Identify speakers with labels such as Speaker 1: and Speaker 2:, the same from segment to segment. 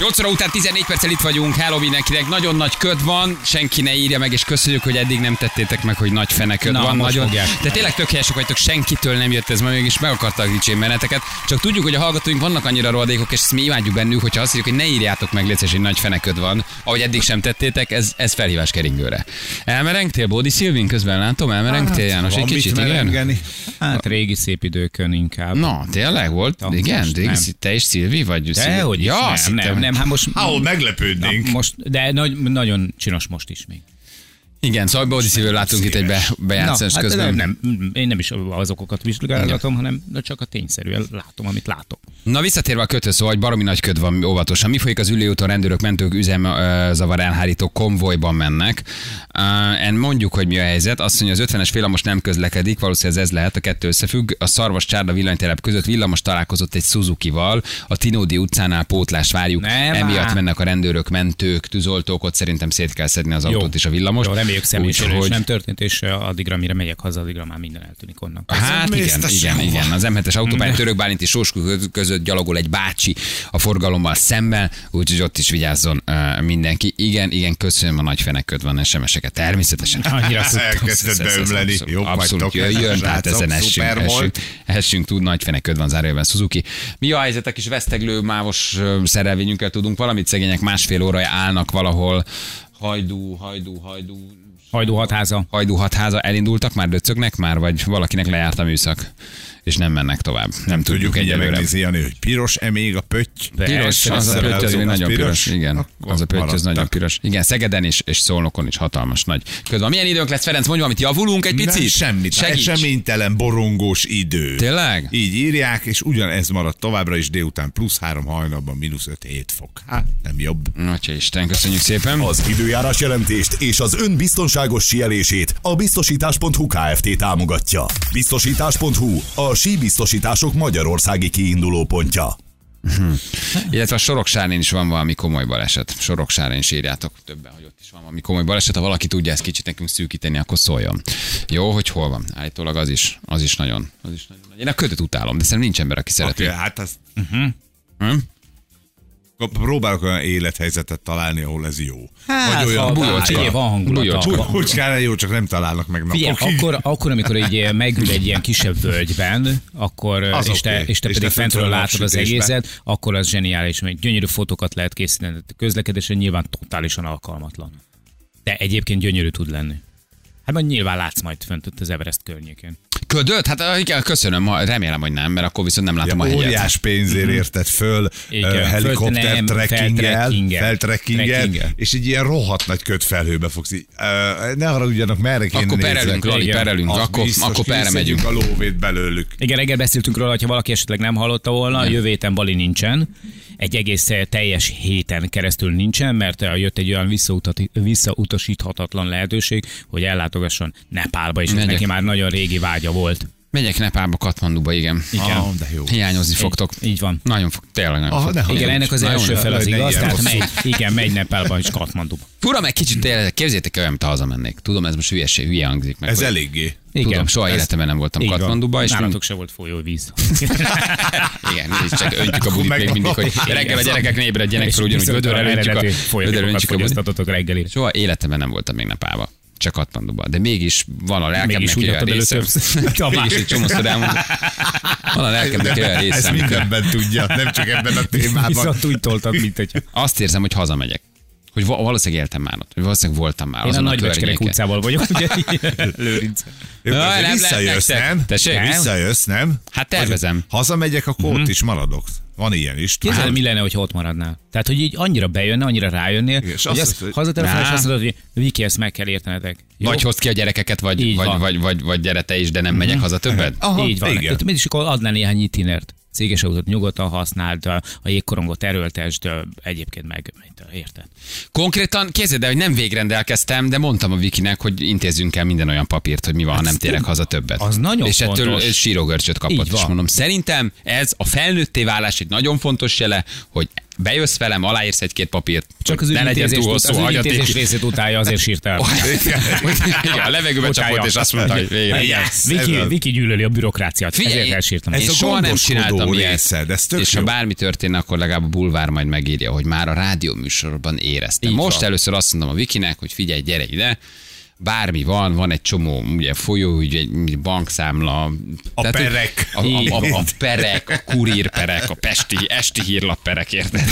Speaker 1: 8 óra után 14 perccel itt vagyunk, hello mindenkinek, nagyon nagy köd van, senki ne írja meg, és köszönjük, hogy eddig nem tettétek meg, hogy nagy feneköd
Speaker 2: Na,
Speaker 1: van.
Speaker 2: most
Speaker 1: nagyon,
Speaker 2: fogják.
Speaker 1: de tényleg tökéletesek vagytok, senkitől nem jött ez, ma mégis meg akartak dicsérni benneteket, csak tudjuk, hogy a hallgatóink vannak annyira rohadékok, és ezt mi imádjuk bennük, hogyha azt írjuk, hogy ne írjátok meg, létszés, hogy nagy feneköd van, ahogy eddig sem tettétek, ez, ez felhívás keringőre. Elmerengtél, Bódi Szilvin, közben látom, elmerengtél, János, egy
Speaker 3: Van
Speaker 1: kicsit,
Speaker 3: mit
Speaker 1: igen?
Speaker 3: merengeni.
Speaker 2: Hát régi szép időkön inkább.
Speaker 1: Na, tényleg volt?
Speaker 2: Na,
Speaker 1: igen,
Speaker 2: most
Speaker 1: régi,
Speaker 2: nem.
Speaker 1: szí- te és Szilvi vagy?
Speaker 2: De, hogy
Speaker 1: ja,
Speaker 2: ja,
Speaker 1: azt
Speaker 2: nem,
Speaker 1: hittem-
Speaker 2: nem, nem, hát most...
Speaker 3: Ahol
Speaker 2: na,
Speaker 3: meglepődnénk.
Speaker 2: most, de nagy, nagyon csinos most is még.
Speaker 1: Igen, szóval Bódi Szívől látunk itt egy be, bejátszás
Speaker 2: hát
Speaker 1: közben.
Speaker 2: nem, nem, én nem is az okokat vizsgálgatom, hanem na, csak a tényszerűen látom, amit látok.
Speaker 1: Na visszatérve a kötő, szóval hogy baromi nagy köd van óvatosan. Mi folyik az ülőúton, rendőrök, mentők, üzemzavar elhárító konvojban mennek. Uh, En mondjuk, hogy mi a helyzet. Azt mondja, az 50-es villamos nem közlekedik, valószínűleg ez, ez lehet, a kettő összefügg. A szarvas csárda villanytelep között villamos találkozott egy Suzuki-val, a Tinódi utcánál pótlást várjuk.
Speaker 2: Nem,
Speaker 1: Emiatt
Speaker 2: á.
Speaker 1: mennek a rendőrök, mentők, tűzoltók, ott szerintem szét kell szedni az autót és a villamos.
Speaker 2: Jó, reméljük személyisérülés hogy... nem történt, és eh, addigra, mire megyek haza, addigra már minden eltűnik onnan.
Speaker 1: Hát igen,
Speaker 3: mésztes
Speaker 1: igen,
Speaker 3: sehova.
Speaker 1: igen. Az M7-es autópályán török Bálint és Sós között gyalogol egy bácsi a forgalommal szemben, úgyhogy ott is vigyázzon ö, mindenki. Igen, igen, köszönöm a nagy feneköd van SMS-eket, természetesen.
Speaker 2: Annyira
Speaker 3: Elkezdett
Speaker 1: Ez- ez- ez- ez
Speaker 3: beömleni.
Speaker 1: abszolút-
Speaker 3: Jók
Speaker 1: Abszolút
Speaker 3: vagytok,
Speaker 1: jöjjön,
Speaker 3: srácok,
Speaker 1: tehát ezen
Speaker 3: szuper
Speaker 1: essünk,
Speaker 3: volt.
Speaker 1: essünk, essünk, tud, nagy feneköd van zárójelben Suzuki. Mi a helyzet, a kis veszteglő mávos ö, szerelvényünkkel tudunk valamit, szegények másfél óra állnak valahol, hajdú, hajdú, hajdú,
Speaker 2: Hajdú hatháza.
Speaker 1: Hajdú hatháza elindultak, már döcögnek már, vagy valakinek lejárt a műszak, és nem mennek tovább. Nem, nem tudjuk,
Speaker 3: Tudjuk ugye
Speaker 1: egyelőre.
Speaker 3: megnézni, Jani, hogy piros-e még a pötty?
Speaker 1: Piros,
Speaker 3: Persze,
Speaker 1: az a
Speaker 3: az
Speaker 1: pötty az
Speaker 3: az
Speaker 1: még
Speaker 3: az
Speaker 1: nagyon piros.
Speaker 3: piros.
Speaker 1: Igen,
Speaker 3: Akkor
Speaker 1: az a pötty az
Speaker 3: maradtak.
Speaker 1: nagyon piros. Igen, Szegeden is, és Szolnokon is hatalmas nagy. Közben milyen időnk lesz, Ferenc, mondj valamit, javulunk egy picit?
Speaker 3: Nem, semmit.
Speaker 1: Segíts.
Speaker 3: Eseménytelen, borongós idő.
Speaker 1: Tényleg?
Speaker 3: Így írják, és ugyanez maradt továbbra is délután plusz három hajnalban mínusz öt hét fok. Hát nem jobb.
Speaker 1: Atya Isten, köszönjük szépen.
Speaker 4: Az időjárás jelentést és az ön biztonságos sielését a biztosítás.hu Kft. támogatja. Biztosítás.hu a síbiztosítások Magyarországi kiinduló pontja.
Speaker 1: Illetve a Soroksárén is van valami komoly baleset. Soroksárén is írjátok többen, hogy ott is van valami komoly baleset. Ha valaki tudja ezt kicsit nekünk szűkíteni, akkor szóljon. Jó, hogy hol van. Állítólag az is, az is nagyon. Az is nagyon nagy. Én a kötöt utálom, de szerintem nincs ember, aki szereti.
Speaker 3: Aki,
Speaker 1: Okay.
Speaker 3: hát az... Hm? Próbálok olyan élethelyzetet találni, ahol ez jó.
Speaker 2: Hát,
Speaker 3: Vagy
Speaker 2: ha-
Speaker 3: olyan
Speaker 2: figyelj, van hangulata.
Speaker 1: Bujocska.
Speaker 2: Van hangulata.
Speaker 3: Bucskára jó, csak nem találnak meg
Speaker 2: Figyelj,
Speaker 3: napokig.
Speaker 2: akkor, akkor, amikor így megül egy ilyen kisebb völgyben, akkor,
Speaker 3: Az
Speaker 2: és, te,
Speaker 3: oké.
Speaker 2: és te
Speaker 3: És
Speaker 2: pedig
Speaker 3: te föntről
Speaker 2: fentről látod az
Speaker 3: napsütésbe.
Speaker 2: egészet, akkor az zseniális, mert gyönyörű fotókat lehet készíteni. Közlekedésen nyilván totálisan alkalmatlan. De egyébként gyönyörű tud lenni. Hát majd nyilván látsz majd fönt ott az Everest környékén.
Speaker 1: Ködöt? Hát ah, igen, köszönöm, ha- remélem, hogy nem, mert akkor viszont nem látom a
Speaker 3: Ja,
Speaker 1: helyet.
Speaker 3: óriás pénzért érted föl
Speaker 2: Mhm. Igen,
Speaker 3: ö,
Speaker 2: föl-
Speaker 3: helikopter
Speaker 2: nem,
Speaker 3: trekkinggel,
Speaker 2: feltrekkinggel.
Speaker 3: feltrekkinggel,
Speaker 2: Trekkinggel.
Speaker 3: és egy ilyen rohadt nagy kötfelhőbe fogsz így, ö, ne haragudjanak, merre kéne
Speaker 1: Akkor
Speaker 3: nézzek.
Speaker 1: perelünk, Lali,
Speaker 2: Igen.
Speaker 1: perelünk,
Speaker 3: Az
Speaker 1: akkor,
Speaker 3: biztos,
Speaker 1: akkor perre
Speaker 3: kiszedjük
Speaker 1: megyünk.
Speaker 3: a lóvét belőlük.
Speaker 2: Igen, reggel beszéltünk róla, ha valaki esetleg nem hallotta volna, jövő héten Bali nincsen. Egy egész eh, teljes héten keresztül nincsen, mert eh, jött egy olyan visszautati- visszautasíthatatlan lehetőség, hogy ellátogasson Nepálba, és ez
Speaker 1: Megyek.
Speaker 2: neki már nagyon régi vágya volt.
Speaker 1: Megyek Nepálba, Katmanduba, igen.
Speaker 2: Igen.
Speaker 3: Ah, de jó.
Speaker 1: Hiányozni fogtok.
Speaker 2: Így, így van.
Speaker 1: Nagyon fog, tényleg nagyon
Speaker 3: Ah,
Speaker 1: fog.
Speaker 3: ne
Speaker 1: Én
Speaker 2: Igen,
Speaker 1: úgy-
Speaker 2: ennek az
Speaker 1: Na, jó,
Speaker 2: első
Speaker 1: ne-
Speaker 2: fel az
Speaker 3: ne
Speaker 2: igaz,
Speaker 3: ilyen
Speaker 2: tehát
Speaker 3: rosszul.
Speaker 2: megy, igen, megy Nepálba és Katmanduba.
Speaker 1: Fura, meg kicsit tényleg, képzeljétek el, olyan, mintha hazamennék. Tudom, ez most hülyeség, hülye hangzik meg.
Speaker 3: Ez
Speaker 1: hogy-
Speaker 3: eléggé.
Speaker 2: Igen.
Speaker 1: Tudom, soha
Speaker 2: Ez-
Speaker 1: életemben nem voltam
Speaker 2: Így van.
Speaker 1: Katmanduba, és mind,
Speaker 2: Nálatok se volt folyóvíz.
Speaker 1: igen, nézd, csak öntjük a
Speaker 3: Akkor
Speaker 1: budit
Speaker 3: meg
Speaker 1: még
Speaker 3: van.
Speaker 1: mindig, hogy reggel a gyerekek ne ébredjenek
Speaker 2: És
Speaker 1: fel, ugyanúgy
Speaker 2: viszont
Speaker 1: vödörrel öntjük a,
Speaker 2: eredeti
Speaker 1: vödörrel
Speaker 2: folyadékokat
Speaker 1: öntjük a budit.
Speaker 2: fogyasztatotok reggelire.
Speaker 1: Soha életemben nem voltam még Nepába, csak Katmanduban, de mégis van a lelkemnek
Speaker 2: Mégis
Speaker 1: egy
Speaker 2: úgy
Speaker 1: olyan
Speaker 2: adtad elő
Speaker 1: része.
Speaker 2: többször. Tamás.
Speaker 1: Mégis egy csomószor elmondom. Van a lelkemnek egy olyan része,
Speaker 3: Ezt
Speaker 1: amikor
Speaker 3: mindenben tudja, nem csak ebben a témában.
Speaker 2: Viszont úgy toltad, mint hogyha.
Speaker 1: azt érzem, hogy hazamegyek. Hogy va- valószínűleg éltem már ott, hogy valószínűleg voltam már
Speaker 2: Én a
Speaker 1: azon a
Speaker 2: Nagybecskerek
Speaker 1: környéken.
Speaker 2: utcával vagyok, ugye? Lőrinc.
Speaker 3: Jó,
Speaker 1: Jaj,
Speaker 3: azért
Speaker 1: nem
Speaker 3: Visszajössz,
Speaker 1: lehet nektek.
Speaker 3: nem?
Speaker 1: Tessék?
Speaker 3: Nem? Visszajössz, nem?
Speaker 1: Hát tervezem. Mhm.
Speaker 3: Hazamegyek, akkor ott is maradok. Van ilyen is. tudod?
Speaker 2: Képzeld, mi lenne, hogy ott maradnál? Tehát, hogy így annyira bejönne, annyira rájönnél,
Speaker 3: és
Speaker 2: hogy
Speaker 3: azt mondod,
Speaker 2: azt,
Speaker 3: hogy-
Speaker 2: hazatelefonál, és
Speaker 1: Nah.
Speaker 2: azt mondod, hogy Viki, ezt meg kell értenetek. Jó?
Speaker 1: Vagy hozd ki a gyerekeket, vagy,
Speaker 2: Így
Speaker 1: vagy,
Speaker 2: van. Mhm.
Speaker 1: vagy, vagy, vagy gyere te is, de nem megyek haza többet.
Speaker 3: Aha,
Speaker 2: Így van.
Speaker 3: igen.
Speaker 2: Igen. Mit is akkor adnál néhány itinert? Céges autót nyugodtan használd, a jégkorongot erőltesd, egyébként meg, érted?
Speaker 1: Konkrétan képzeld el, hogy nem végrendelkeztem, de mondtam a Vikinek, hogy intézzünk el minden olyan papírt, hogy mi van, ha nem térek haza többet.
Speaker 2: Hát az nagyon
Speaker 1: És ettől
Speaker 2: fontos.
Speaker 1: ő sírogörcsöt kapott,
Speaker 2: Így
Speaker 1: és
Speaker 2: van.
Speaker 1: mondom, szerintem ez a felnőtté válás egy nagyon fontos jele, hogy bejössz velem, aláírsz egy-két papírt.
Speaker 2: Csak az
Speaker 1: ne legyen
Speaker 2: ügyintézés,
Speaker 1: túl
Speaker 2: az
Speaker 1: hosszú, hagyaték.
Speaker 2: ügyintézés részét utálja, azért sírt el.
Speaker 1: Igen, a levegőbe
Speaker 2: Utálja.
Speaker 1: csapott, és azt mondta, hogy végre.
Speaker 3: Yes,
Speaker 2: Viki,
Speaker 3: ez-
Speaker 2: Viki gyűlöli a bürokráciát,
Speaker 1: Figyelj,
Speaker 2: ezért elsírtam.
Speaker 3: Ez
Speaker 1: Én
Speaker 3: a
Speaker 1: soha nem
Speaker 3: gondoskodó
Speaker 1: csináltam ilyet.
Speaker 3: része, de ez tök
Speaker 1: És
Speaker 3: jó.
Speaker 1: ha bármi történne, akkor legalább a bulvár majd megírja, hogy már a rádióműsorban éreztem.
Speaker 2: Így
Speaker 1: Most
Speaker 2: van.
Speaker 1: először azt mondom a Vikinek, hogy figyelj, gyere ide, bármi van, van egy csomó ugye, folyó, ugye, bankszámla.
Speaker 3: A
Speaker 1: hogy
Speaker 3: perek.
Speaker 1: A, a, a, a, perek, a kurírperek, a pesti, esti hírlapperek, érted?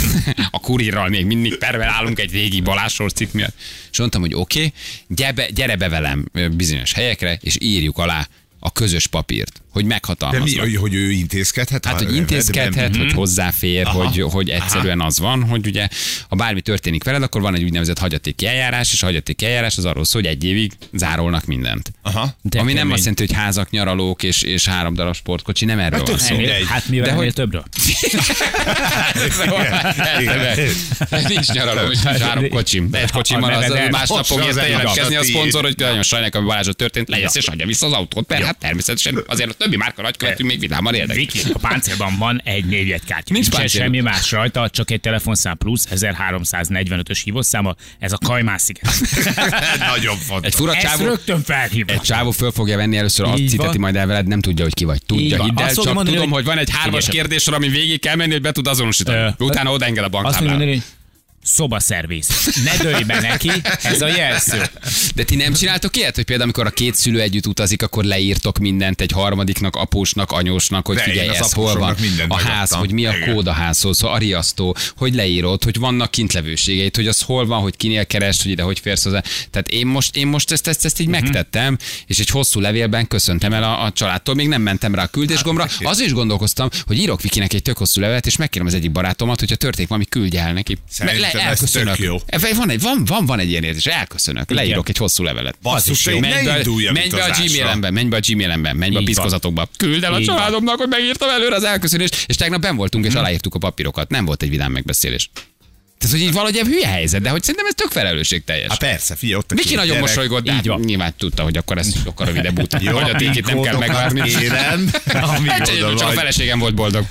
Speaker 1: A kurírral még mindig perben állunk egy régi balásor cikk miatt. És mondtam, hogy oké, okay, gyere, be- gyere be velem ö, bizonyos helyekre, és írjuk alá a közös papírt, hogy
Speaker 3: De mi,
Speaker 1: meghatalmaznak.
Speaker 3: hogy, hogy ő intézkedhet?
Speaker 1: Hát,
Speaker 3: Ha
Speaker 1: hogy
Speaker 3: nem- nem-
Speaker 1: intézkedhet, hogy hozzáfér,
Speaker 3: Aha.
Speaker 1: hogy, hogy egyszerűen az van, hogy ugye, ha bármi történik veled, akkor van egy úgynevezett hagyatéki eljárás, és a hagyatéki eljárás az arról szól, hogy egy évig zárolnak mindent.
Speaker 3: Aha.
Speaker 1: De
Speaker 2: De
Speaker 1: Ami nem
Speaker 2: kemény.
Speaker 1: azt jelenti, hogy házak, nyaralók és, és három darab sportkocsi, nem erről
Speaker 3: Hát
Speaker 1: van
Speaker 3: tök
Speaker 1: szó.
Speaker 3: mindegy.
Speaker 2: Hát mivel
Speaker 1: De
Speaker 2: ennél
Speaker 1: hogy-
Speaker 2: többről?
Speaker 3: Igen.
Speaker 1: Nincs nyaraló, nincs három kocsim. De egy kocsim van, az
Speaker 2: neveden.
Speaker 1: másnap
Speaker 3: Ott
Speaker 1: fog
Speaker 3: se az
Speaker 1: érte
Speaker 3: enyém,
Speaker 1: jelentkezni
Speaker 3: az a
Speaker 1: a
Speaker 3: tiéd.
Speaker 1: szponzor, hogy nagyon sajnálom, ami Balázsot történt, legyen és adja vissza az autót, mert hát természetesen azért a többi márka nagykövetünk még vidáman érdekli.
Speaker 2: Viki, a páncélban van egy
Speaker 1: Nincs
Speaker 2: névjegykártya. Nincsen
Speaker 1: páncél.
Speaker 2: semmi más rajta, csak egy telefonszám plusz 1345-ös hívószáma. Ez a Kajmán sziget.
Speaker 3: Nagyon fontos.
Speaker 1: Egy fura
Speaker 2: Ezt
Speaker 1: csávó,
Speaker 2: rögtön felhívott.
Speaker 1: egy csávó föl fogja venni először, azt
Speaker 2: Így
Speaker 1: citeti
Speaker 2: van.
Speaker 1: majd el veled, nem tudja, hogy ki vagy. Tudja,
Speaker 2: Így van.
Speaker 1: hidd el,
Speaker 2: Azt
Speaker 1: csak
Speaker 2: fogja mondani,
Speaker 1: tudom, hogy
Speaker 2: hogy
Speaker 1: van egy hármas
Speaker 2: Figyelj.
Speaker 1: kérdésre, ami végig kell menni, hogy be tud azonosítani.
Speaker 2: Ö.
Speaker 1: Utána odaenged a
Speaker 2: Azt mondja,
Speaker 1: banktáblára.
Speaker 2: hogy szobaszerviz. Ne dőlj be neki, ez a jelszó.
Speaker 1: De ti nem csináltok ilyet, hogy például amikor a két szülő együtt utazik, akkor leírtok mindent egy harmadiknak, apósnak, anyósnak, hogy
Speaker 3: De
Speaker 1: figyelj,
Speaker 3: én az
Speaker 1: ez hol van,
Speaker 3: apósomnak mindent
Speaker 1: a ház,
Speaker 3: megadtam.
Speaker 1: hogy mi a
Speaker 3: Igen.
Speaker 1: kód a házhoz, a riasztó, szóval hogy leírod, hogy vannak kintlevőségeid, hogy az hol van, hogy kinél keresd, hogy ide hogy férsz hozzá. Tehát én most, én most ezt, ezt, ezt
Speaker 3: Mhm.
Speaker 1: így megtettem, és egy hosszú levélben köszöntem el a, a családtól, még nem mentem rá a
Speaker 3: Hát,
Speaker 1: küldésgombra. Az is gondolkoztam, hogy írok Vikinek egy tök hosszú levelet, és megkérem az egyik barátomat, hogyha történik valami, küldje el neki.
Speaker 3: Szerintem ez tök
Speaker 1: elköszönök. E,
Speaker 3: jó.
Speaker 1: Van egy, van, van, van egy ilyen érzés, elköszönök, leírok egy hosszú levelet.
Speaker 3: Basszus,
Speaker 1: Jó,
Speaker 3: hogy ne
Speaker 1: menj, be,
Speaker 3: indulj el
Speaker 1: menj be a
Speaker 3: utazásra.
Speaker 1: Gmailembe, menj be a Gmailembe, menj be a
Speaker 2: Így van.
Speaker 1: piszkozatokba. Küld el a
Speaker 2: Így van.
Speaker 1: családomnak, hogy megírtam előre az elköszönést, és tegnap ben voltunk, és aláírtuk a papírokat. Nem volt egy vidám megbeszélés. Tehát, hogy így valahogy egy hülye helyzet, de hogy szerintem ez tök felelősségteljes.
Speaker 3: Hát persze, figyelj, ott a
Speaker 1: Viki
Speaker 3: két
Speaker 1: nagyon
Speaker 3: gyerek.
Speaker 1: mosolygott, de
Speaker 2: Így
Speaker 1: hát
Speaker 2: van.
Speaker 1: nyilván tudta, hogy akkor ez sokkal rövidebb út. Jó,
Speaker 3: Jó,
Speaker 1: hogy a tékét nem kell
Speaker 3: kódokat
Speaker 1: megvárni.
Speaker 3: kérem, amíg
Speaker 1: Hát,
Speaker 3: oda
Speaker 1: csak a
Speaker 3: vagy.
Speaker 1: feleségem volt boldog.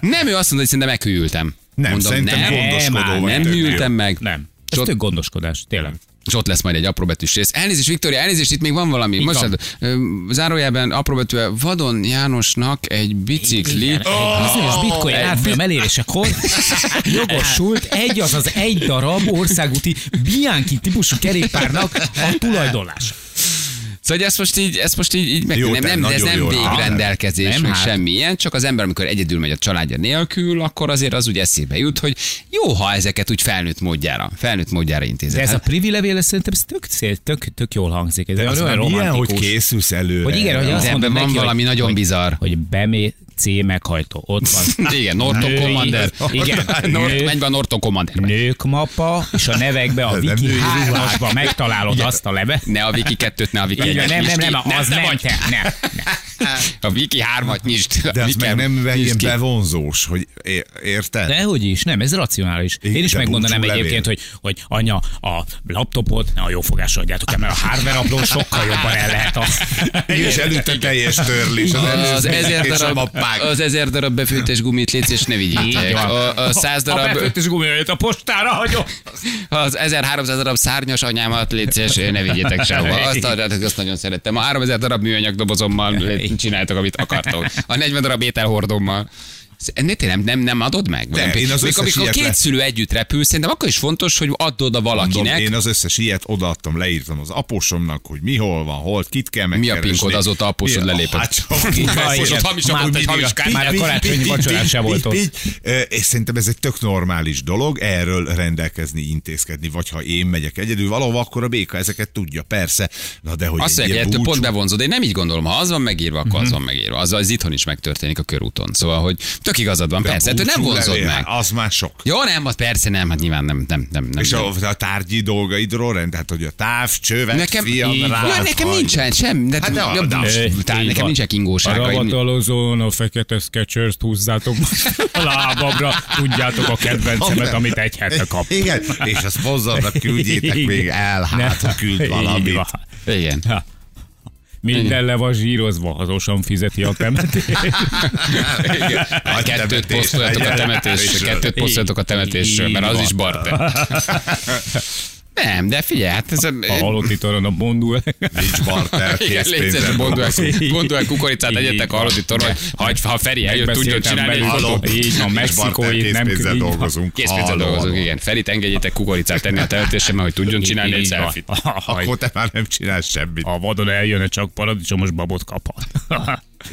Speaker 1: Nem, ő azt mondta, hogy szerintem meghűltem.
Speaker 3: Nem, szerintem gondoskodó
Speaker 1: nem,
Speaker 3: vagy
Speaker 1: nem
Speaker 3: tök jó.
Speaker 1: hűltem meg.
Speaker 2: Nem.
Speaker 1: Sok-
Speaker 2: Ez tök gondoskodás, tényleg.
Speaker 1: És ott lesz majd egy apróbetűs rész. Elnézést, Viktória, elnézést, itt még van valami. Most
Speaker 2: van.
Speaker 1: hát, zárójelben apróbetűvel Vadon Jánosnak egy bicikli.
Speaker 2: Igen, egy Bizonyos bitcoin árfolyam elérésekor jogosult egy, azaz egy darab országúti Bianchi típusú kerékpárnak a tulajdonlása.
Speaker 1: Szóval ezt most így, ezt most így, így meg,
Speaker 3: Jó,
Speaker 1: nem,
Speaker 3: te
Speaker 1: nem, de ez
Speaker 3: nagyon
Speaker 1: nem
Speaker 3: jól áll.
Speaker 1: végrendelkezés, nem,
Speaker 2: Nem,
Speaker 1: meg
Speaker 2: hát.
Speaker 1: semmi ilyen, csak az ember, amikor egyedül megy a családja nélkül, akkor azért az úgy eszébe jut, hogy jó, ha ezeket úgy felnőtt módjára, felnőtt módjára intézed.
Speaker 2: De ez a
Speaker 1: Hát,
Speaker 2: privi levél, ez szerintem ez tök, szél, tök, tök jól hangzik. Ez
Speaker 3: De az
Speaker 2: olyan
Speaker 3: nem ilyen, hogy
Speaker 2: romantikus.
Speaker 3: készülsz elő.
Speaker 2: Hogy igen, hogy
Speaker 1: az
Speaker 2: azt
Speaker 1: ebben
Speaker 2: mondom
Speaker 1: van
Speaker 2: neki, hogy-
Speaker 1: valami nagyon bizarr.
Speaker 2: hogy bemé C meghajtó. Ott van.
Speaker 1: Igen, Norton
Speaker 2: Női-
Speaker 1: Commander.
Speaker 2: Igen,
Speaker 1: Nort,
Speaker 2: nő-
Speaker 1: menj be a Norton Commander.
Speaker 2: Nők mapa, és a nevekbe a wiki
Speaker 3: női
Speaker 2: hármasba megtalálod azt a levet.
Speaker 1: Ne a Viki kettőt, ne a Viki
Speaker 2: Igen,
Speaker 1: egyet.
Speaker 2: nem,
Speaker 1: nyisd
Speaker 2: nem,
Speaker 1: ki.
Speaker 2: nem, az nem,
Speaker 1: vagy.
Speaker 2: te, nem, nem.
Speaker 1: A Viki hármat nyisd. A
Speaker 3: De az
Speaker 1: Viki
Speaker 3: meg nem
Speaker 1: hármat
Speaker 3: ilyen
Speaker 1: nyisd ki.
Speaker 3: bevonzós, hogy é- érted?
Speaker 2: Dehogy is, nem, ez racionális.
Speaker 3: Igen,
Speaker 2: Én is
Speaker 3: de
Speaker 2: megmondanám
Speaker 3: búcsú
Speaker 2: egyébként, hogy, hogy anya, a laptopot ne a jó fogásra adjátok el, mert a hardware ablón sokkal jobban el lehet a...
Speaker 3: És előtte teljes törlés. Az,
Speaker 1: Az
Speaker 3: előző
Speaker 1: ezer
Speaker 3: és a
Speaker 1: darab,
Speaker 3: mappák.
Speaker 1: az ezer darab befőttes gumit létsz, és ne vigyétek.
Speaker 2: Így van.
Speaker 1: A, a száz
Speaker 2: A
Speaker 1: darab,
Speaker 2: befőttes gumijait a postára hagyom.
Speaker 1: az 1300 darab szárnyas anyámat létsz, és ne vigyétek sehova. Azt, adjátok, azt nagyon szerettem. A 3000 darab műanyag dobozommal csináltok, amit akartok. A 40 darab ételhordommal. Ennél tényleg nem, nem, nem adod meg? Vagy
Speaker 3: De,
Speaker 1: nem
Speaker 3: én
Speaker 1: tud-
Speaker 3: az
Speaker 1: Még
Speaker 3: összes
Speaker 1: amikor
Speaker 3: ilyet
Speaker 1: két
Speaker 3: le-
Speaker 1: szülő együtt repül, szerintem akkor is fontos, hogy add oda
Speaker 3: Mondom,
Speaker 1: valakinek.
Speaker 3: én az összes ilyet odaadtam, leírtam az apósomnak, hogy mi hol van, hol, kit kell
Speaker 1: a
Speaker 3: megkeresni.
Speaker 1: pinkod? Azóta apósod
Speaker 3: Mi a-
Speaker 1: lelépett.
Speaker 3: Hát sok minden.
Speaker 1: apósod hamisabb,
Speaker 3: Már
Speaker 1: mint egy
Speaker 3: pedig
Speaker 1: hamis
Speaker 3: a
Speaker 1: kártya.
Speaker 3: pi-
Speaker 2: Már a
Speaker 3: pi-
Speaker 2: karácsonyi
Speaker 3: pi- pi-
Speaker 2: vacsorán
Speaker 3: pi-
Speaker 2: sem volt
Speaker 3: pi-
Speaker 2: ott.
Speaker 3: pi- Ö, És szerintem ez egy tök normális dolog, erről rendelkezni, intézkedni, vagy ha én megyek egyedül valahova, akkor a béka ezeket tudja, persze. Na de hogy
Speaker 1: Azt
Speaker 3: egy
Speaker 1: mondják,
Speaker 3: ilyen
Speaker 1: hogy pont
Speaker 3: búcsú- Mhm.
Speaker 1: bevonzod. Én nem így gondolom, ha az van megírva, akkor az van megírva. Az, az itthon is megtörténik a körúton. Szóval, hogy tök igazad van, persze, te nem
Speaker 3: búcsú
Speaker 1: vonzod
Speaker 3: levél,
Speaker 1: meg.
Speaker 3: Az már sok.
Speaker 1: Jó, nem, az persze nem, hát nyilván nem, nem, nem. nem
Speaker 3: És
Speaker 1: nem.
Speaker 3: a, a tárgyi dolgaidról rend, tehát hogy a táv, csövet,
Speaker 1: Nekem,
Speaker 3: fiam,
Speaker 1: így
Speaker 3: rád
Speaker 1: van, nekem
Speaker 3: hagy.
Speaker 1: nincsen sem, de,
Speaker 3: Hát de-
Speaker 1: de,
Speaker 3: de-
Speaker 1: de,
Speaker 2: Így
Speaker 1: de
Speaker 2: van.
Speaker 1: nekem nincsen
Speaker 2: A
Speaker 1: ingósága.
Speaker 2: rabatalozón a fekete sketchers húzzátok a lábamra, tudjátok a kedvencemet, amit egy hete kap.
Speaker 3: Igen, és a szponzornak küldjétek még el, hát ha küld
Speaker 2: Így
Speaker 3: valamit.
Speaker 2: van.
Speaker 1: Igen.
Speaker 2: Ja. Minden le van zsírozva, hazosan fizeti a temetést.
Speaker 3: Igen.
Speaker 1: A kettőt
Speaker 3: temetés.
Speaker 1: posztoljatok a
Speaker 3: Egy
Speaker 1: temetésről.
Speaker 3: temetésről.
Speaker 1: Kettőt posztoljatok a temetésről,
Speaker 2: Így
Speaker 1: mert az
Speaker 2: van.
Speaker 1: is barter. Nem, de figyelj, hát ez a...
Speaker 2: A halotti toron a bondul.
Speaker 3: Nincs barter,
Speaker 1: Igen, légy szíves,
Speaker 3: készpénzed.
Speaker 1: bonduák, bonduák kukoricát,
Speaker 2: Így
Speaker 1: egyetek a
Speaker 2: van.
Speaker 1: halott torony, ha, ha Feri eljött, tudja
Speaker 2: Megbeszéltem
Speaker 1: csinálni,
Speaker 2: vele.
Speaker 1: akkor
Speaker 3: Halló.
Speaker 2: Így van,
Speaker 3: Nincs barter,
Speaker 2: Mexikói nem
Speaker 3: készpénzzel
Speaker 2: így van.
Speaker 3: dolgozunk.
Speaker 1: készpénzzel
Speaker 3: Halló,
Speaker 1: dolgozunk,
Speaker 3: halló.
Speaker 1: igen. Ferit engedjétek kukoricát tenni a temetésre, mert hogy tudjon csinálni egy
Speaker 2: Így van.
Speaker 1: selfit.
Speaker 2: Ha-
Speaker 3: Akkor te már nem csinálsz semmit.
Speaker 2: Ha vadon eljön, csak paradicsomos babot kaphat.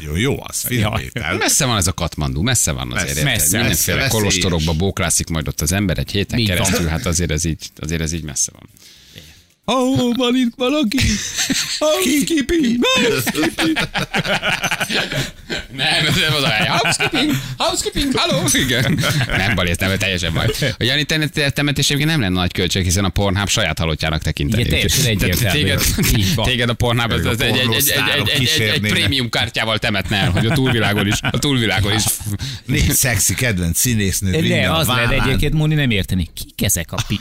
Speaker 3: Jó, jó az, filmvétel.
Speaker 1: Hát Messze van ez a Katmandú, messze van azért.
Speaker 3: Messze,
Speaker 1: érted?
Speaker 2: messze,
Speaker 1: Mindenféle
Speaker 3: messze,
Speaker 1: kolostorokba bóklászik majd ott az ember egy héten
Speaker 2: Így van.
Speaker 1: keresztül, hát azért ez így, azért ez így messze van.
Speaker 2: Ahó, van itt valaki! Ki, ki, ki,
Speaker 1: Nem, ez nem az a hely. Housekeeping, housekeeping, hello. Igen. Nem bal, ez nem, teljesen baj. A Jani te- temetés egyébként nem lenne nagy költség, hiszen a Pornhub saját halottjának tekinteni.
Speaker 2: Igen, teljesen
Speaker 1: Tehát
Speaker 2: egyértelmű.
Speaker 1: Téged,
Speaker 2: Így van.
Speaker 1: téged a Pornhub az,
Speaker 3: a
Speaker 1: az egy, egy, egy, egy,
Speaker 3: pornosztárok
Speaker 1: egy, egy, egy, egy
Speaker 3: kísérnének.
Speaker 1: prémium kártyával temetne el, hogy a túlvilágon is, a túlvilágon is.
Speaker 3: Négy szexi kedvenc színésznő.
Speaker 2: De
Speaker 3: minden
Speaker 2: az lehet
Speaker 3: vállán.
Speaker 2: egyébként, Móni nem érteni. Kik ezek a pics?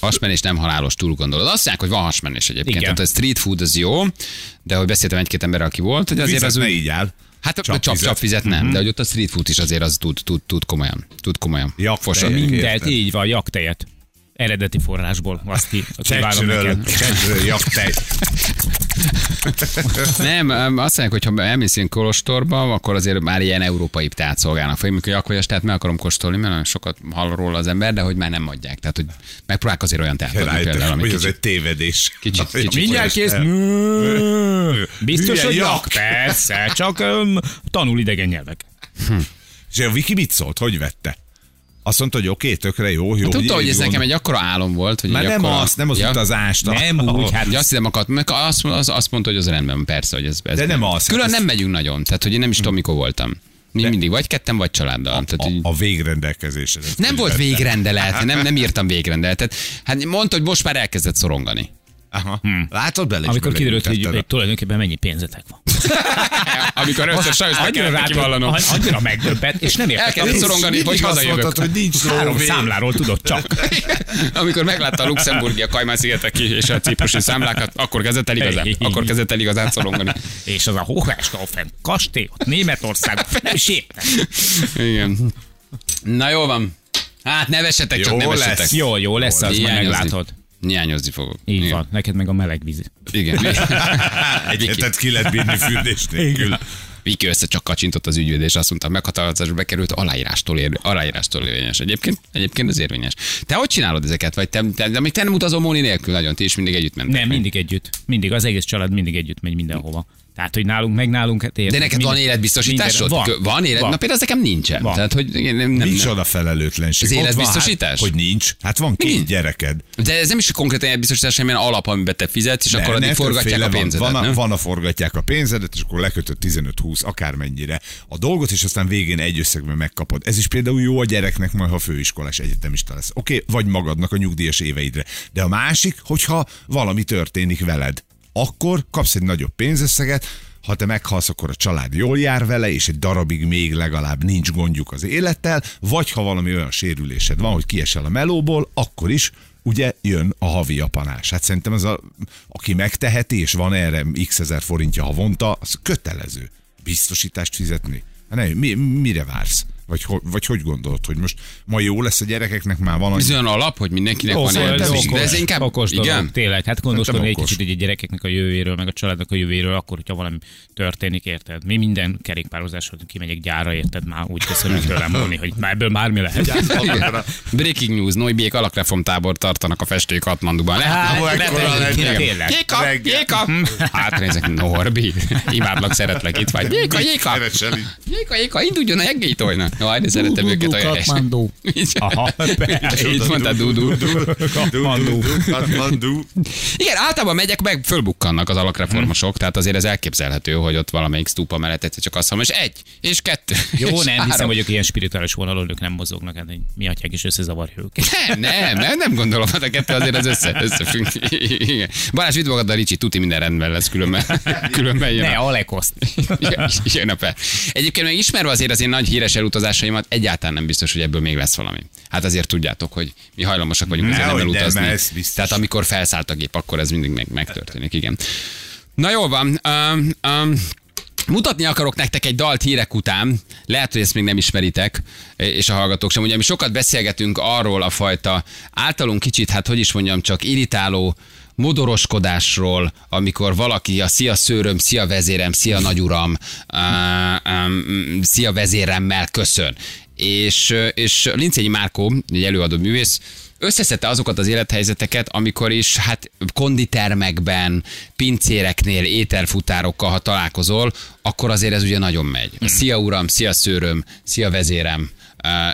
Speaker 1: Hasmenés nem halálos, túl gondolod. Azt mondják, hogy van hasmenés egyébként.
Speaker 2: Igen.
Speaker 1: Tehát a street food az jó, de hogy beszéltem egy-két emberrel, aki volt, hogy azért
Speaker 3: Vizet
Speaker 1: az
Speaker 3: ne
Speaker 1: úgy,
Speaker 3: így áll.
Speaker 1: Hát a
Speaker 3: Csapvizet.
Speaker 1: csap, csapvizet nem,
Speaker 3: Mhm.
Speaker 1: de hogy ott a street food is azért az tud, tud, tud komolyan. Tud komolyan.
Speaker 3: Ja,
Speaker 1: Fosa.
Speaker 3: teljesen.
Speaker 2: Mindet,
Speaker 3: Érted.
Speaker 2: így van, jaktejet. Eredeti forrásból, azt ki, kívánom
Speaker 3: Csecsről,
Speaker 2: neked.
Speaker 3: csecsről, jaktej.
Speaker 1: Nem, öm, azt mondják, hogy ha elmész ilyen kolostorba, akkor azért már ilyen európai tehát szolgálnak fel. Mikor jakolyas, tehát meg akarom kóstolni, mert nagyon sokat hall róla az ember, de hogy már nem adják. Tehát, hogy megpróbálják azért olyan teát adni
Speaker 3: Rájöttek,
Speaker 1: például, ami
Speaker 3: hogy ez
Speaker 1: kicsit.
Speaker 3: egy tévedés.
Speaker 1: Kicsit-
Speaker 3: Ami-
Speaker 1: kicsit
Speaker 2: Mindjárt kész. Mű. Biztos,
Speaker 3: Hülye
Speaker 2: hogy
Speaker 3: jak.
Speaker 2: jak, persze, csak öm, tanul idegen nyelvek.
Speaker 3: És a Viki mit szólt? Hogy vette? Azt mondta, hogy oké, tökre jó, jó.
Speaker 1: Hát Tudta, hogy
Speaker 3: így
Speaker 1: ez
Speaker 3: gond-
Speaker 1: nekem egy akkora álom volt, hogy
Speaker 3: Már
Speaker 1: egy
Speaker 3: nem
Speaker 1: akkora...
Speaker 3: azt, nem az utazást. a-
Speaker 2: Nem úgy, hát
Speaker 1: Ja, azt hiszem, akadt, meg azt, az, azt mondta, hogy az rendben, van, persze, hogy ez, ez
Speaker 3: De nem az,
Speaker 1: Külön
Speaker 3: hát ez-
Speaker 1: nem megyünk nagyon, tehát hogy én nem is tudom, mikor voltam. Mi mindig vagy kettem, vagy családdal. tehát, így-
Speaker 3: A, a végrendelkezésre.
Speaker 1: Nem volt
Speaker 3: Vette.
Speaker 1: végrendelet, nem, nem írtam végrendeletet. Hát mondta, hogy most már elkezdett szorongani.
Speaker 3: Aha.
Speaker 1: Hm.
Speaker 3: Hm. Látod bele? is
Speaker 2: amikor
Speaker 3: bele
Speaker 2: kiderült, hogy,
Speaker 3: jutottad
Speaker 2: hogy tulajdonképpen mennyi pénzetek van.
Speaker 1: Amikor össze sajnos be
Speaker 2: Annyira,
Speaker 1: kellett
Speaker 2: rá,
Speaker 1: neki vallanom.
Speaker 2: annyira megdöbbent, és nem értettem.
Speaker 1: Elkezdett
Speaker 2: hogy
Speaker 1: szorongani, hogy
Speaker 3: Mindig azt
Speaker 1: hazajövök.
Speaker 3: mondtad, hogy nincs
Speaker 2: Három
Speaker 3: szó szám.
Speaker 2: számláról tudod csak.
Speaker 1: Amikor meglátta a luxemburgi, a kajmán-szigeteki és a ciprusi számlákat, akkor kezdett el igazán, akkor kezdett el igazán szorongani.
Speaker 2: És az a Hohenstaufen kastély, ott Németország, nem is értem.
Speaker 1: Igen. Na jó van. Hát nevessetek, csak
Speaker 3: Jó
Speaker 1: nevessetek.
Speaker 3: lesz.
Speaker 2: Jó, jó, lesz az, majd
Speaker 1: Hiányozni.
Speaker 2: meglátod.
Speaker 1: Hiányozni fogok.
Speaker 2: Így
Speaker 1: Igen.
Speaker 2: van, neked meg a meleg víz.
Speaker 1: Igen.
Speaker 3: Egy hetet ki lehet bírni fürdés nélkül.
Speaker 1: Viki össze csak kacsintott az ügyvéd, és azt mondta, meghatározásra bekerült, aláírástól, ér, aláírástól érvényes. Egyébként, egyébként az érvényes. Te hogy csinálod ezeket? Vagy te, te, de még te nem utazol Móni nélkül nagyon, ti is mindig együtt mentek.
Speaker 2: Nem, mindig együtt. Mindig, az egész család mindig együtt megy mindenhova. Tehát, hogy nálunk, meg nálunk, hát
Speaker 1: De
Speaker 2: érted,
Speaker 1: neked van
Speaker 2: minden-
Speaker 1: életbiztosításod?
Speaker 2: minden-
Speaker 1: Kö- van élet? Na például az nekem nincsen.
Speaker 2: Van.
Speaker 1: Tehát, hogy én nem, nem, nem.
Speaker 3: Micsoda felelőtlenség.
Speaker 1: Az
Speaker 3: Ott van,
Speaker 1: életbiztosítás?
Speaker 3: hát, Hogy nincs. Hát van
Speaker 1: Mi?
Speaker 3: két gyereked.
Speaker 1: De ez nem is konkrétan életbiztosítás, hanem ilyen alap, amiben te fizetsz, és akkor addig forgatják
Speaker 3: többféle
Speaker 1: a
Speaker 3: van.
Speaker 1: pénzedet,
Speaker 3: van, a,
Speaker 1: nem?
Speaker 3: van a forgatják a pénzedet, és akkor lekötöd 15-20, akármennyire a dolgot, és aztán végén egy összegben megkapod. Ez is például jó a gyereknek, majd ha főiskolás egyetemista lesz. Oké, okay, vagy magadnak a nyugdíjas éveidre. De a másik, hogyha valami történik veled, akkor kapsz egy nagyobb pénzösszeget, ha te meghalsz, akkor a család jól jár vele, és egy darabig még legalább nincs gondjuk az élettel, vagy ha valami olyan sérülésed van, hogy kiesel a melóból, akkor is ugye jön a havi apanás. Hát szerintem ez a, aki megteheti, és van erre x ezer forintja havonta, az kötelező biztosítást fizetni. Hát nem, mi, mire vársz? Vagy, ho, vagy hogy gondolod, hogy most ma jó lesz a gyerekeknek, már van annyi
Speaker 1: Ez olyan alap, hogy mindenkinek
Speaker 2: Ó,
Speaker 1: van
Speaker 2: szóval ez
Speaker 1: életbiztosítás. De
Speaker 2: okos,
Speaker 1: ez inkább...
Speaker 2: okos dolog,
Speaker 1: igen?
Speaker 2: tényleg. Hát gondoskodni egy
Speaker 3: okos.
Speaker 2: kicsit így a gyerekeknek a jövőjéről, meg a családnak a jövőjéről, akkor, hogyha valami történik, érted? Mi minden kerékpározásról kimegyek gyára, érted? Már úgy köszönöm tőlem mondani, hogy már ebből már mi lehet.
Speaker 1: Igen. Breaking news, Noibiék alakreformtábor tartanak a festői Katmanduban.
Speaker 2: Hát,
Speaker 1: Lehet,
Speaker 2: ekkora
Speaker 1: lehet,
Speaker 2: legyen.
Speaker 1: igen.
Speaker 2: Tényleg.
Speaker 1: Jéka,
Speaker 3: Reggel.
Speaker 1: Jéka. Hát, Átnézek, Norbi. Imádlak, szeretlek, itt vagy. Jéka, Jéka. Jéka, Jéka, induljon a jeggétolna. Jaj, de szeretem őket olyan helyes.
Speaker 2: Aha,
Speaker 1: Így mondta Dudu.
Speaker 2: Katmandú.
Speaker 3: Katmandú.
Speaker 1: Igen, általában megyek, meg fölbukkannak az alakreformosok, tehát azért ez elképzelhető, hogy ott valamelyik stúpa mellett egyszer csak azt mondom, és egy, és kettő.
Speaker 2: Jó,
Speaker 1: és
Speaker 2: nem,
Speaker 1: három.
Speaker 2: hiszem, hogy ők ilyen spirituális vonalon ők nem mozognak, hát hogy mi atyák is összezavarja őket.
Speaker 1: Nem, nem, nem, nem gondolom, hát a kettő azért az össze, összefügg. Igen. Balázs, vidd magad a Ricsi, tuti minden rendben lesz, különben, különben jön
Speaker 2: Ne,
Speaker 1: a,
Speaker 2: Alekoszt.
Speaker 1: jön a per. Egyébként meg ismerve azért az én nagy híres elutazás utazásaimat, egyáltalán nem biztos, hogy ebből még lesz valami. Hát azért tudjátok, hogy mi hajlamosak vagyunk az
Speaker 3: Nehogy
Speaker 1: ember
Speaker 3: nem,
Speaker 1: utazni.
Speaker 3: ez biztos.
Speaker 1: Tehát amikor felszállt a gép, akkor ez mindig meg, megtörténik, igen. Na jól van. Um, um, Mutatni akarok nektek egy dalt hírek után, lehet, hogy ezt még nem ismeritek, és a hallgatók sem. Ugye mi sokat beszélgetünk arról a fajta általunk kicsit, hát hogy is mondjam, csak irritáló modoroskodásról, amikor valaki a szia szőröm, szia vezérem, szia nagyuram, uh, um, szia vezéremmel köszön. És, és Lincényi Márkó, egy előadó művész, összeszedte azokat az élethelyzeteket, amikor is hát konditermekben, pincéreknél, ételfutárokkal, ha találkozol, akkor azért ez ugye nagyon megy. Szia uram, szia szőröm, szia vezérem,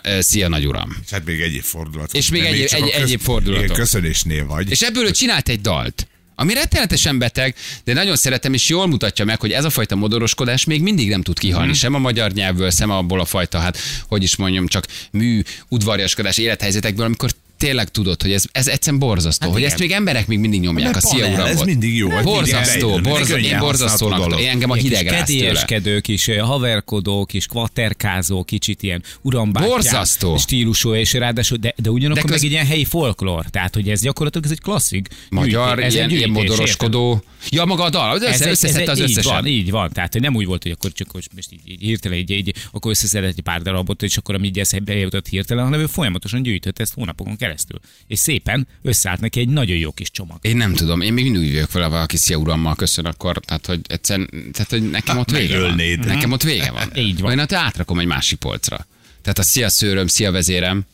Speaker 1: uh, uh, szia nagyuram.
Speaker 3: És hát még egyéb fordulat.
Speaker 1: És még
Speaker 3: Nem,
Speaker 1: egyéb-
Speaker 3: csak a
Speaker 1: egy- egyéb fordulatok.
Speaker 3: Igen, köszönésnél vagy.
Speaker 1: És ebből ő csinált egy dalt. Ami rettenetesen beteg, de nagyon szeretem, és jól mutatja meg, hogy ez a fajta modoroskodás még mindig nem tud kihalni, sem a magyar nyelvből, sem abból a fajta, hát, hogy is mondjam, csak mű, udvariaskodás élethelyzetekből, amikor tényleg tudod, hogy ez, ez egyszerűen borzasztó, hát hogy
Speaker 2: igen.
Speaker 1: ezt még emberek még mindig nyomják, a
Speaker 3: Mert
Speaker 1: szia
Speaker 3: panel,
Speaker 1: uram
Speaker 3: ez
Speaker 1: volt.
Speaker 3: mindig jó, hát mindig
Speaker 1: Borzasztó,
Speaker 3: eljön,
Speaker 1: borzasztó,
Speaker 3: mindig
Speaker 1: én
Speaker 3: könnyen
Speaker 1: borzasztónak,
Speaker 3: használható
Speaker 1: tartom. én
Speaker 3: dolog.
Speaker 1: engem a
Speaker 2: Ilyen kis
Speaker 1: hideg rász tőle.
Speaker 2: kedélyeskedő, kis ö, haverkodó, kis kvaterkázó, kicsit ilyen urambátyám
Speaker 1: Borzasztó.
Speaker 2: stílusú, és ráadásul, de, de ugyanakkor
Speaker 1: De
Speaker 2: de
Speaker 1: köz-
Speaker 2: meg egy ilyen helyi folklór. Tehát, hogy ez gyakorlatilag ez egy klasszik.
Speaker 1: Magyar,
Speaker 2: ez
Speaker 1: ilyen,
Speaker 2: egy
Speaker 1: ilyen
Speaker 2: gyűjtés,
Speaker 1: modoroskodó. Ja, maga a dal, össze,
Speaker 2: egy-
Speaker 1: összeszedte az
Speaker 2: így
Speaker 1: összesen.
Speaker 2: Van, így van, tehát hogy nem úgy volt, hogy akkor csak hogy most így, így hirtelen így, így, akkor összeszedett egy pár darabot, és akkor ami így eszébe jutott hirtelen, hanem ő folyamatosan gyűjtött ezt hónapokon keresztül. És szépen összeállt neki egy nagyon jó kis csomag.
Speaker 1: Én nem tudom, én még mindig úgy vagyok vele, valaki szia urammal köszön, akkor, tehát, hogy egyszerűen, tehát, hogy nekem ott vége van.
Speaker 3: megölnéd.
Speaker 1: Nekem ott vége van.
Speaker 2: Így van.
Speaker 1: Olyan, hát átrakom egy másik polcra. Tehát a szia szőröm, szia vezérem,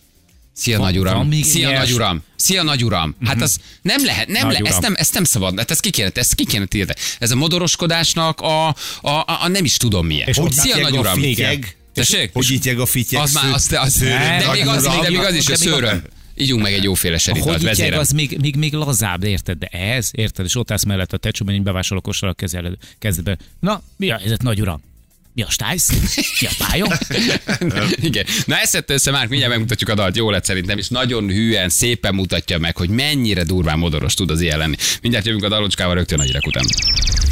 Speaker 1: Szia
Speaker 2: Van- van
Speaker 1: nagyuram!
Speaker 2: még
Speaker 1: Szia
Speaker 2: ilyes? Mhm.
Speaker 1: nagyuram! Szia nagyuram! Hát az nem lehet, nem le,
Speaker 2: Nagyuram.
Speaker 1: ezt, nem, ezt nem szabad, hát ezt ki kéne, ezt ki kéne tiltani. Ez a modoroskodásnak a, a, a, a nem is tudom milyen.
Speaker 2: És
Speaker 1: hogy
Speaker 2: ott
Speaker 1: szia
Speaker 3: Ittyeg a
Speaker 1: nagyuram!
Speaker 3: fityeg.
Speaker 1: Tessék?
Speaker 3: Hogy ittyeg a fityeg?
Speaker 1: Az már, az, az, de, még az, de még az is, hogy
Speaker 2: De még a-
Speaker 1: szőröm. Ígyunk meg egy jóféle
Speaker 2: A
Speaker 1: serítalt,
Speaker 2: hogy ityeg,
Speaker 1: vezérem.
Speaker 2: az még, még, még lazább, érted? De ez, érted? És ott állsz mellett a tecsóban, így bevásol a kosra a kezeled, kezdetben. Na, mi a helyzet, nagy uram? Mi a stájsz? Mi a pályom?
Speaker 1: Igen. Na ezt szedte össze már, mindjárt megmutatjuk a dalt, jó lett szerintem, és nagyon hűen, szépen mutatja meg, hogy mennyire durván modoros tud az ilyen lenni. Mindjárt jövünk a dalocskával rögtön a hírek után.